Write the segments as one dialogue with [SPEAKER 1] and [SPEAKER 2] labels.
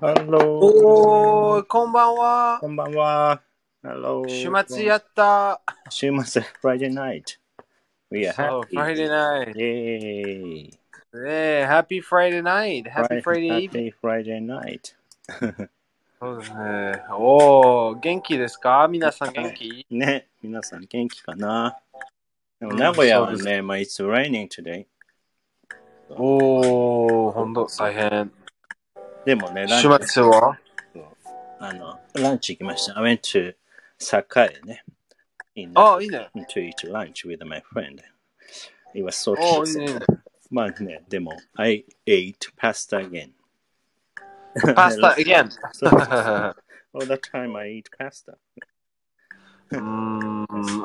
[SPEAKER 1] ハロー。
[SPEAKER 2] おーい、こんばんは。
[SPEAKER 1] こんばんは。ハロー。
[SPEAKER 2] 週末やった。
[SPEAKER 1] 週末、Friday night. We are
[SPEAKER 2] そう、
[SPEAKER 1] happy.
[SPEAKER 2] Friday night。
[SPEAKER 1] Yay.
[SPEAKER 2] ねえ、Happy Friday night。Happy Friday evening。
[SPEAKER 1] Happy Friday night.
[SPEAKER 2] そうですね。おー、元気ですか皆さん元気
[SPEAKER 1] ね、皆さん元気かなでも名古屋は
[SPEAKER 2] そう
[SPEAKER 1] ね、まあ、It's raining today.
[SPEAKER 2] おー、ほんと、大変。
[SPEAKER 1] でもね、ラン
[SPEAKER 2] 週
[SPEAKER 1] チ
[SPEAKER 2] 末は
[SPEAKER 1] あのランチ行きました。I went to 栄ね。In
[SPEAKER 2] あ、いいね。
[SPEAKER 1] to eat lunch with my friend. It was so
[SPEAKER 2] おー、いいね
[SPEAKER 1] cheap.。まあね、でも、I ate pasta again.
[SPEAKER 2] Pasta again.
[SPEAKER 1] そうそうそう All the time I eat pasta.
[SPEAKER 2] うーん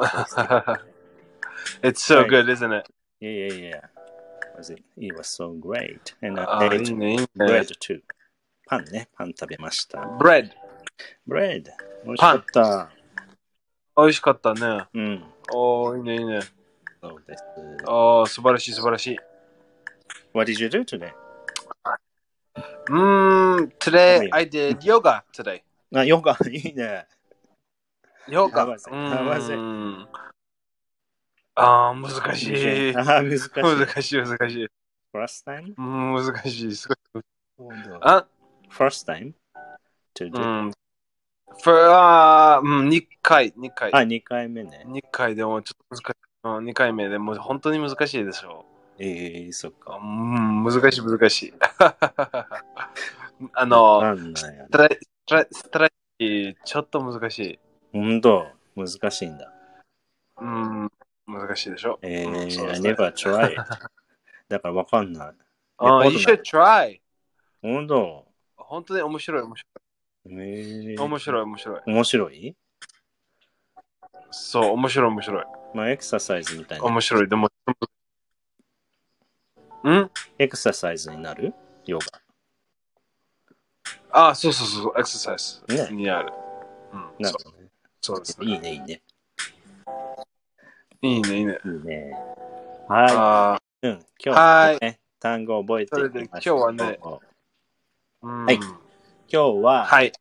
[SPEAKER 2] It's so good, isn't it?
[SPEAKER 1] Yeah, yeah, yeah. Was it? it was so great. And
[SPEAKER 2] あ
[SPEAKER 1] I
[SPEAKER 2] ー、いい
[SPEAKER 1] ate
[SPEAKER 2] ね、いいね
[SPEAKER 1] bread。too. パンね、パン食べました。
[SPEAKER 2] Bread。
[SPEAKER 1] bread。美味しかった。
[SPEAKER 2] 美味しかったね。
[SPEAKER 1] うん。
[SPEAKER 2] おー、いいね、いいね。
[SPEAKER 1] そうです。
[SPEAKER 2] あー、素晴らしい、素晴らしい。
[SPEAKER 1] What did you do today?
[SPEAKER 2] Mm,
[SPEAKER 1] Oh,
[SPEAKER 2] today
[SPEAKER 1] yeah.
[SPEAKER 2] I did yoga today.
[SPEAKER 1] あ、ヨ ガ、いいね。
[SPEAKER 2] Yoga.
[SPEAKER 1] How was it? How was it?
[SPEAKER 2] Mm. あー難しい。
[SPEAKER 1] あー、難しい。
[SPEAKER 2] 難しい、難しい。
[SPEAKER 1] First time?
[SPEAKER 2] うん難しい。すごいあ
[SPEAKER 1] First time? To
[SPEAKER 2] う
[SPEAKER 1] do.
[SPEAKER 2] ん。For, あーうん、2回、2回。
[SPEAKER 1] あ、2回目ね。
[SPEAKER 2] 2回でもちょっと難しい。2回目でもう本当に難しいでしょ
[SPEAKER 1] ええ、そっ
[SPEAKER 2] う。
[SPEAKER 1] か。
[SPEAKER 2] うん、難しい、難 しい。あ
[SPEAKER 1] わ
[SPEAKER 2] の、
[SPEAKER 1] かんないよ
[SPEAKER 2] ス。トレストレストレッチ、ちょっと難しい。
[SPEAKER 1] ほんと、難しいんだ。
[SPEAKER 2] うん、難しいでしょ。
[SPEAKER 1] ええ
[SPEAKER 2] うんそうで
[SPEAKER 1] I
[SPEAKER 2] すね
[SPEAKER 1] never tried. だからわかんない。
[SPEAKER 2] ああ、
[SPEAKER 1] や
[SPEAKER 2] you
[SPEAKER 1] ったことない
[SPEAKER 2] should try!
[SPEAKER 1] ほんと。
[SPEAKER 2] 本当に面白い、面白
[SPEAKER 1] ええ
[SPEAKER 2] い。面白い、面白い。
[SPEAKER 1] 面白い
[SPEAKER 2] そう、面白い、面白い。
[SPEAKER 1] まあ、エクササイズみたいな。
[SPEAKER 2] 面白い。でも、ん
[SPEAKER 1] エクササイズになるヨ
[SPEAKER 2] あ、そうそうそう、エクササイズ
[SPEAKER 1] ね
[SPEAKER 2] にある。うん、
[SPEAKER 1] ガ。な
[SPEAKER 2] そ
[SPEAKER 1] るほ
[SPEAKER 2] う
[SPEAKER 1] どね。
[SPEAKER 2] そうです。
[SPEAKER 1] いいね、いいね。
[SPEAKER 2] いいね、いいね。
[SPEAKER 1] いいね。は
[SPEAKER 2] ああ、
[SPEAKER 1] い。うん、今日
[SPEAKER 2] は
[SPEAKER 1] はね、単語を覚えていきましょう。
[SPEAKER 2] それで今日うん
[SPEAKER 1] はい今日は、
[SPEAKER 2] はい。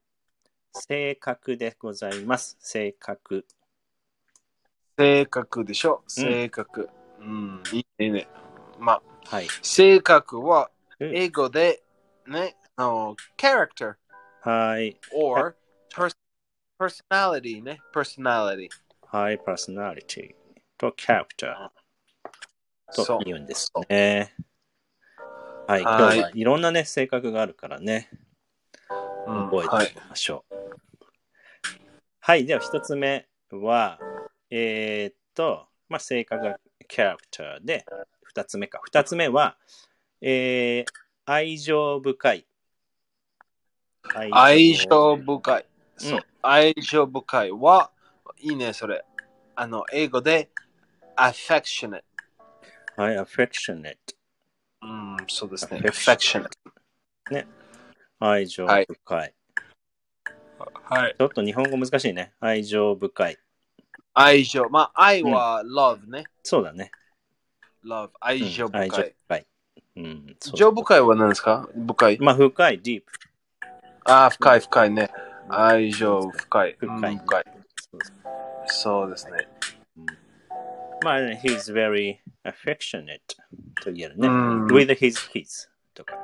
[SPEAKER 1] 性格でございます。性格。
[SPEAKER 2] 性格でしょ。性格。うん、いいね、いいね。まあ、
[SPEAKER 1] はい。
[SPEAKER 2] 性格は
[SPEAKER 1] うん
[SPEAKER 2] 英語で、ね、あの、character
[SPEAKER 1] はい。
[SPEAKER 2] or pers- personality ね、personality。
[SPEAKER 1] はい、パーソナリティとキャラクター
[SPEAKER 2] そ
[SPEAKER 1] と
[SPEAKER 2] う。
[SPEAKER 1] 言うんですね。はい、今
[SPEAKER 2] はい
[SPEAKER 1] 日はいろんなね、性格があるからね、
[SPEAKER 2] うん
[SPEAKER 1] 覚
[SPEAKER 2] は
[SPEAKER 1] え
[SPEAKER 2] い
[SPEAKER 1] ておきましょう。はい、では一つ目は、えーっと、まあ、性格がキャラクターで、二つ目か。二つ目は、えー、愛情深い。
[SPEAKER 2] 愛情
[SPEAKER 1] う
[SPEAKER 2] 深い。
[SPEAKER 1] ん
[SPEAKER 2] そう。愛情深いは、いいね、それ。あの、英語で、affectionate。
[SPEAKER 1] はい、affectionate。
[SPEAKER 2] うん、そうですね。
[SPEAKER 1] affectionate
[SPEAKER 2] affectionate。
[SPEAKER 1] 愛情
[SPEAKER 2] はい
[SPEAKER 1] 深い。
[SPEAKER 2] はい。
[SPEAKER 1] ちょっと日本語難しいね。愛情深い。
[SPEAKER 2] 愛情。まあ、愛は love ね。
[SPEAKER 1] そうだね。
[SPEAKER 2] love。愛情
[SPEAKER 1] うん
[SPEAKER 2] 深
[SPEAKER 1] 愛情
[SPEAKER 2] い。
[SPEAKER 1] 深い。うん、そう
[SPEAKER 2] 情深いは何ですか深い。
[SPEAKER 1] まあ、深い、ディープ。
[SPEAKER 2] ああ、深い深いね。愛情深い。うん
[SPEAKER 1] 深い
[SPEAKER 2] 深い。
[SPEAKER 1] そうそう
[SPEAKER 2] そうですね。
[SPEAKER 1] まあ、ね he's very affectionate と言えるね。
[SPEAKER 2] うん
[SPEAKER 1] with his kids とか。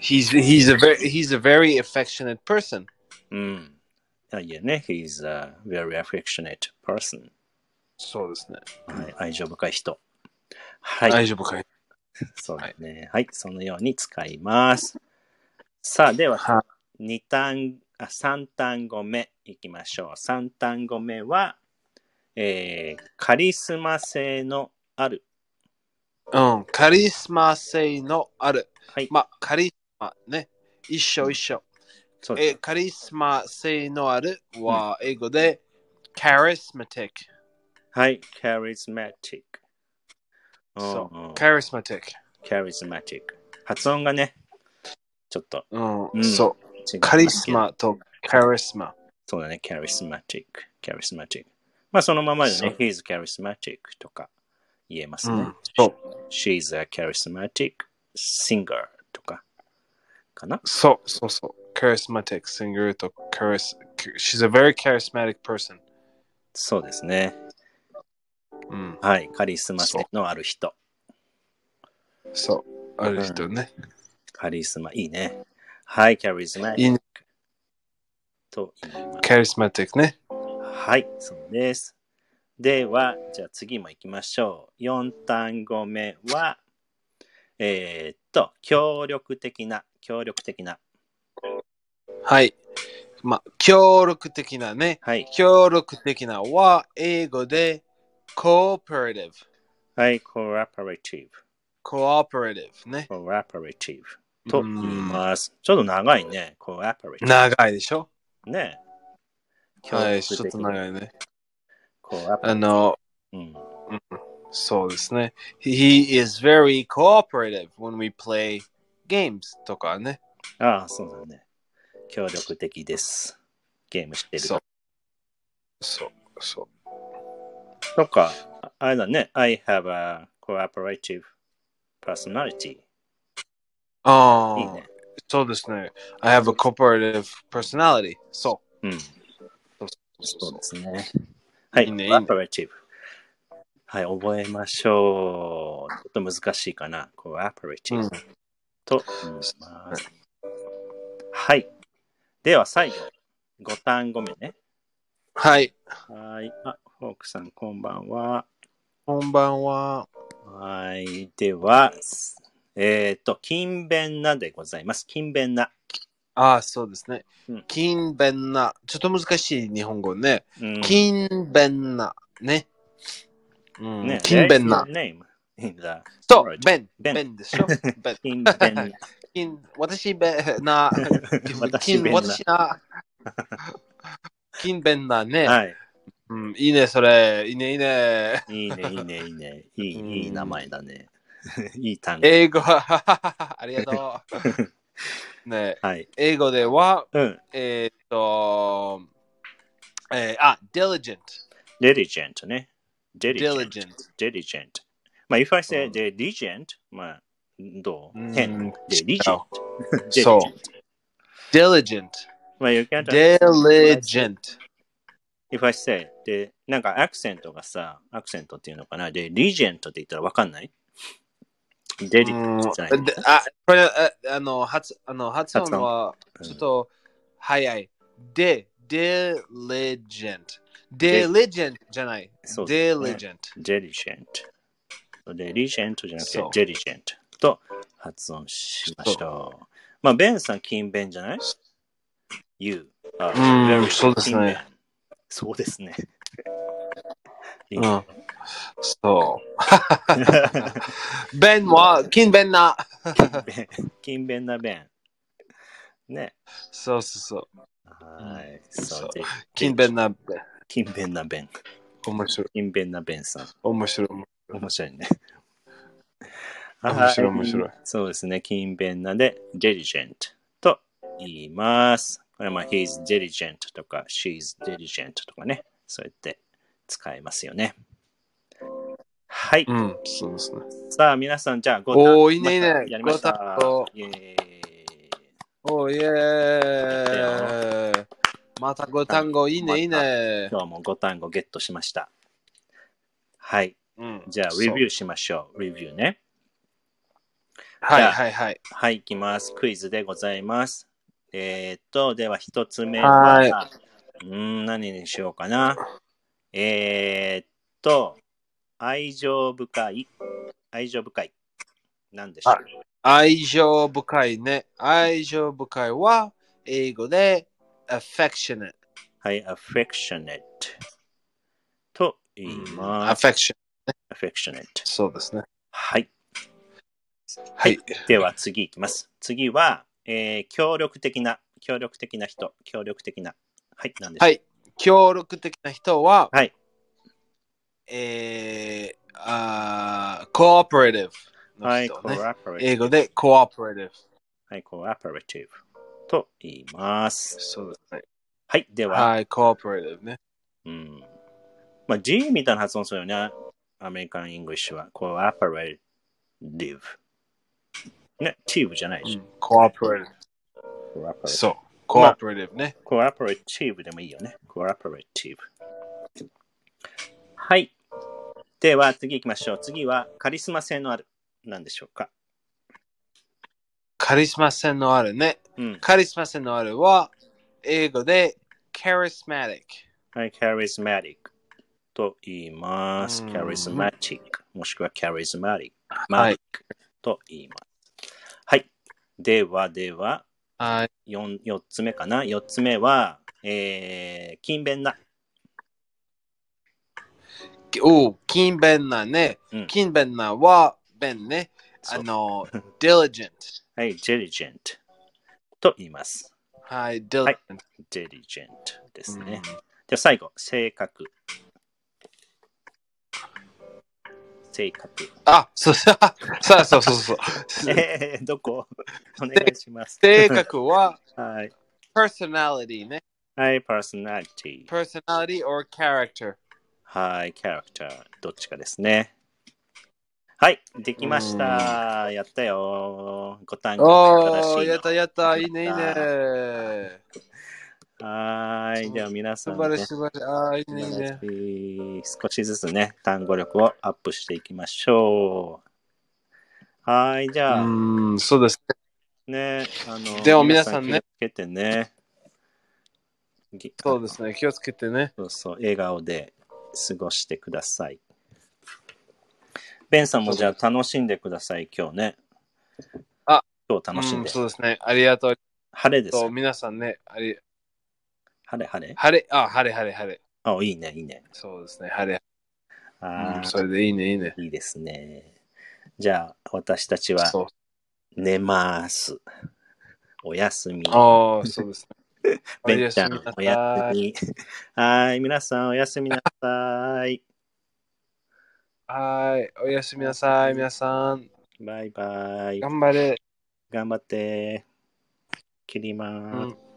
[SPEAKER 2] He's, he's, a very, he's a very affectionate person.
[SPEAKER 1] うん。あいえね、he's a very affectionate person。
[SPEAKER 2] そうですね。
[SPEAKER 1] はい、愛情深い人。はい、
[SPEAKER 2] 愛情深い。
[SPEAKER 1] そうだね。はい、そのように使います。さあ、では、
[SPEAKER 2] は
[SPEAKER 1] 二単あ3単語目いきましょう。3単語目は、えーカリスマ性のある。
[SPEAKER 2] うん、カリスマ性のある。
[SPEAKER 1] はい、
[SPEAKER 2] まあ、カリスマね。一緒一緒。
[SPEAKER 1] そうです
[SPEAKER 2] え、カリスマ性のあるは英語で、カリスマティック。
[SPEAKER 1] はい、charismatic。
[SPEAKER 2] そ
[SPEAKER 1] うんうん
[SPEAKER 2] う。カリスマティッ
[SPEAKER 1] charismatic。発音がね、ちょっと
[SPEAKER 2] ク。う
[SPEAKER 1] うん
[SPEAKER 2] ん、そ
[SPEAKER 1] 違う。
[SPEAKER 2] う。カリス。マとカリスマ。
[SPEAKER 1] そうだね、charismatic。charismatic。まあそのままでね、
[SPEAKER 2] そ
[SPEAKER 1] he's charismatic とか言えます
[SPEAKER 2] う
[SPEAKER 1] ね。
[SPEAKER 2] ん、そう。
[SPEAKER 1] She's a charismatic singer とか。かな
[SPEAKER 2] そうそうそう。charismatic singer と charis... She's a very charismatic person.
[SPEAKER 1] そうですね。
[SPEAKER 2] うん。
[SPEAKER 1] はい。カリスマ性のある人。
[SPEAKER 2] そう。ある人ね。
[SPEAKER 1] カリスマ、いいね。はい。カリスマ
[SPEAKER 2] いいね。
[SPEAKER 1] と言います。
[SPEAKER 2] charismatic ね。
[SPEAKER 1] はい、そうです。では、じゃあ次も行きましょう。4単語目は、えーっと、協力的な、協力的な。
[SPEAKER 2] はい。まあ、協力的なね。
[SPEAKER 1] はい。
[SPEAKER 2] 協力的なは英語で cooperative。
[SPEAKER 1] はい、cooperative。
[SPEAKER 2] cooperative ね。
[SPEAKER 1] cooperative と
[SPEAKER 2] う
[SPEAKER 1] 言い
[SPEAKER 2] ん
[SPEAKER 1] ます。ちょっと長いね、cooperative。
[SPEAKER 2] 長いでしょ
[SPEAKER 1] ね。
[SPEAKER 2] はい、ちょっと
[SPEAKER 1] い。
[SPEAKER 2] 長いね。あ
[SPEAKER 1] cooperative。
[SPEAKER 2] の、
[SPEAKER 1] うん
[SPEAKER 2] そうですね。He is very cooperative when we play games とかね。
[SPEAKER 1] ああ、そうだね。協力的です。ゲームしてる。
[SPEAKER 2] そう。そう、そ
[SPEAKER 1] とか、ああれだね。I have a cooperative personality.
[SPEAKER 2] う。ああ、
[SPEAKER 1] いいね。
[SPEAKER 2] そうですね。I have a cooperative personality. そ
[SPEAKER 1] うん。
[SPEAKER 2] う。
[SPEAKER 1] そうですね。はい。
[SPEAKER 2] いいねいいね
[SPEAKER 1] cooperative。はい。覚えましょう。ちょっと難しいかな。cooperative、
[SPEAKER 2] うん
[SPEAKER 1] と言います。はい。では、最後。五単語目ね。
[SPEAKER 2] はい、
[SPEAKER 1] はい。あ、フォークさん、こんばんは。
[SPEAKER 2] こんばんは。
[SPEAKER 1] はい。では、えっ、と、勤勉なでございます。勤勉な。
[SPEAKER 2] ああ、そうですね
[SPEAKER 1] うん。
[SPEAKER 2] 勤勉な。ちょっと難しい日本語ね。
[SPEAKER 1] うん
[SPEAKER 2] 勤勉な。ね。うん
[SPEAKER 1] ね
[SPEAKER 2] 勤勉な。
[SPEAKER 1] there is no name in the
[SPEAKER 2] そう、弁。
[SPEAKER 1] 弁
[SPEAKER 2] 弁でし ょ。弁。
[SPEAKER 1] 勤勉 な。
[SPEAKER 2] 金、私べな、
[SPEAKER 1] 私
[SPEAKER 2] 金、
[SPEAKER 1] 弁
[SPEAKER 2] 私な、金弁なね、
[SPEAKER 1] な。はい。
[SPEAKER 2] うん。いいね、それ。いいね、いいね。
[SPEAKER 1] いいね、いいね、いいね。いい、
[SPEAKER 2] うん
[SPEAKER 1] いい名前だね。 いい単語。
[SPEAKER 2] 英語、 ありがと う。ね、
[SPEAKER 1] はい。
[SPEAKER 2] 英語では、
[SPEAKER 1] うん。
[SPEAKER 2] えーっと、えーあ、diligent。
[SPEAKER 1] diligent ね。diligent。
[SPEAKER 2] diligent。
[SPEAKER 1] diligent. まあ、if I
[SPEAKER 2] う
[SPEAKER 1] say
[SPEAKER 2] ん
[SPEAKER 1] diligent, まあ、どう
[SPEAKER 2] うん
[SPEAKER 1] 変。
[SPEAKER 2] 違
[SPEAKER 1] diligent.
[SPEAKER 2] うそう
[SPEAKER 1] diligent。
[SPEAKER 2] diligent。
[SPEAKER 1] まあ、you can't.
[SPEAKER 2] diligent。
[SPEAKER 1] if I say, で、なんかアクセントがさ、アクセントっていうのかな。で、diligent って言ったらわかんない ?diligent じゃな
[SPEAKER 2] うん
[SPEAKER 1] い
[SPEAKER 2] であ、これ、ああの、発あの発音
[SPEAKER 1] 発音
[SPEAKER 2] は、
[SPEAKER 1] うん
[SPEAKER 2] ちょっと、早い。で、diligent。diligent じゃない。
[SPEAKER 1] そうですね
[SPEAKER 2] diligent。
[SPEAKER 1] diligent。diligent じゃなくて
[SPEAKER 2] そう
[SPEAKER 1] diligent と発音しましょう。まあ、ベンさん勤勉じゃない ?You are
[SPEAKER 2] うん
[SPEAKER 1] very
[SPEAKER 2] そうですね
[SPEAKER 1] 勤勉。そうですね。いい
[SPEAKER 2] うん
[SPEAKER 1] ね
[SPEAKER 2] そ
[SPEAKER 1] 勤
[SPEAKER 2] う。弁は、勤勉な。
[SPEAKER 1] 勉勤勉な弁。ね。
[SPEAKER 2] そうそうそう。
[SPEAKER 1] はい。そうで
[SPEAKER 2] 勤勉な。
[SPEAKER 1] 勤勉な弁。
[SPEAKER 2] 面白い。
[SPEAKER 1] 勤勉な弁さん。
[SPEAKER 2] 面白い。
[SPEAKER 1] 面白いね。
[SPEAKER 2] 面白い面白い
[SPEAKER 1] はそうですね。勤勉なで、diligent と言います。これはまあ、he's diligent とか、she's diligent とかね。そうやって使えますよね。はい。
[SPEAKER 2] うん、そうですね。
[SPEAKER 1] さあ、皆さん、じゃあ、ご
[SPEAKER 2] おーいいねいいね
[SPEAKER 1] やりました。
[SPEAKER 2] ごた
[SPEAKER 1] イエーイ
[SPEAKER 2] おー、イェーイ。またご単語、いい
[SPEAKER 1] また
[SPEAKER 2] ね、いいね。
[SPEAKER 1] 今日も5単語ゲットしました。はい。
[SPEAKER 2] うん
[SPEAKER 1] じゃあ、
[SPEAKER 2] そう
[SPEAKER 1] レビューしましょう。レビューね。
[SPEAKER 2] はいはいはい。
[SPEAKER 1] はい、いきます。クイズでございます。えーっと、では一つ目
[SPEAKER 2] は
[SPEAKER 1] は、
[SPEAKER 2] いう
[SPEAKER 1] ーん、何にしようかな。えーっと、愛情深い。愛情深い。何でしょう
[SPEAKER 2] 愛情深いね。愛情深いは英語で affectionate。
[SPEAKER 1] はい、affectionate と言います。
[SPEAKER 2] affection。
[SPEAKER 1] affectionate。
[SPEAKER 2] そうですね。
[SPEAKER 1] はい。
[SPEAKER 2] はい。
[SPEAKER 1] では次いきます。次は、えー協力的な、協力的な人、協力的な。はい、何でしょう
[SPEAKER 2] はい。協力的な人は、
[SPEAKER 1] はい。
[SPEAKER 2] えー、あー cooperative の
[SPEAKER 1] はい、
[SPEAKER 2] 人ね。
[SPEAKER 1] cooperative
[SPEAKER 2] 英語で cooperative。
[SPEAKER 1] はい、cooperative と言います。
[SPEAKER 2] そうですね。
[SPEAKER 1] はい、では、
[SPEAKER 2] はい、cooperative ね。
[SPEAKER 1] うん。まあ、G みたいな発音するよね。アメリカン・イングリッシュは。cooperative。ね、チームじゃないでしょ。
[SPEAKER 2] cooperative。
[SPEAKER 1] コラポレ
[SPEAKER 2] そう。コープレティブね。
[SPEAKER 1] コラポレティブでもいいよね。コラポレティブ。はい。では次行きましょう。次はカリスマ性のある。なんでしょうか。
[SPEAKER 2] カリスマ性のあるね。
[SPEAKER 1] うん。
[SPEAKER 2] カリスマ性のあるは、英語で、charismatic。
[SPEAKER 1] はい、カリスマティックと言います。
[SPEAKER 2] うん
[SPEAKER 1] カリスマティック。もしくはカリスマティック。
[SPEAKER 2] は
[SPEAKER 1] マ
[SPEAKER 2] い
[SPEAKER 1] リックと言います。はい。ではでは、
[SPEAKER 2] はい。
[SPEAKER 1] 4, 四つ目かな。4つ目は、えー、勤勉な。
[SPEAKER 2] おう、勤勉なね。
[SPEAKER 1] うん
[SPEAKER 2] 勤勉なは、弁ね。あ
[SPEAKER 1] そう
[SPEAKER 2] の、diligent。
[SPEAKER 1] はい、diligent と言います。
[SPEAKER 2] はい、diligent。
[SPEAKER 1] はい diligent ですね。じゃあ最後、性格。性格。
[SPEAKER 2] あ、そう そう、あそうそうそうそう。
[SPEAKER 1] え ー、どこお願いします。
[SPEAKER 2] 性格は、
[SPEAKER 1] はい。
[SPEAKER 2] personality ね。
[SPEAKER 1] はい、personality。
[SPEAKER 2] personality or character。
[SPEAKER 1] はい、キャラクター。どっちかですね。はい、できました。やったよ。5単語
[SPEAKER 2] お
[SPEAKER 1] 正
[SPEAKER 2] ー、
[SPEAKER 1] しい
[SPEAKER 2] やったやった、いいね、いい
[SPEAKER 1] やった
[SPEAKER 2] ね。
[SPEAKER 1] の。はーい、では皆さ
[SPEAKER 2] 素
[SPEAKER 1] ん、
[SPEAKER 2] 晴
[SPEAKER 1] ね
[SPEAKER 2] らしい、、素晴らしい。あー、いいね、いい
[SPEAKER 1] い
[SPEAKER 2] ね。
[SPEAKER 1] い少しずつね、単語力をアップしていきましょう。はい、じゃあ、
[SPEAKER 2] うん、そうです。
[SPEAKER 1] ね、あの、
[SPEAKER 2] でも皆さんね
[SPEAKER 1] 皆気をつけてね。ぎ
[SPEAKER 2] そうですね、気をつけてね。
[SPEAKER 1] そうそう、笑顔で過ごしてください。ベンさんもじゃあ楽しんでください、今日ね。
[SPEAKER 2] あ
[SPEAKER 1] 今日楽しん
[SPEAKER 2] うん
[SPEAKER 1] で。
[SPEAKER 2] そうですね、ありがとう。
[SPEAKER 1] 晴れです
[SPEAKER 2] そう
[SPEAKER 1] よ。
[SPEAKER 2] 皆さんね、あり
[SPEAKER 1] 晴れ晴れ。
[SPEAKER 2] 晴れ、あ、晴れ、晴れ、晴れ。
[SPEAKER 1] あ、いいね、いいね。
[SPEAKER 2] そうですね、晴れ。
[SPEAKER 1] あ
[SPEAKER 2] うん、
[SPEAKER 1] ー
[SPEAKER 2] それでいいね、いいね。
[SPEAKER 1] いいですね。じゃあ、私たちは
[SPEAKER 2] そう。
[SPEAKER 1] 寝ます。おやすみ。
[SPEAKER 2] ああ、そうです ね。
[SPEAKER 1] ベンちゃん、お
[SPEAKER 2] おや
[SPEAKER 1] や
[SPEAKER 2] す
[SPEAKER 1] す
[SPEAKER 2] み
[SPEAKER 1] み。 はい、皆さんおやすみなさい。
[SPEAKER 2] なさい。はい、おやすみなさい、皆さん。
[SPEAKER 1] バイバイ。
[SPEAKER 2] 頑張れ。
[SPEAKER 1] 頑張って。切りま
[SPEAKER 2] う
[SPEAKER 1] ーす。
[SPEAKER 2] ん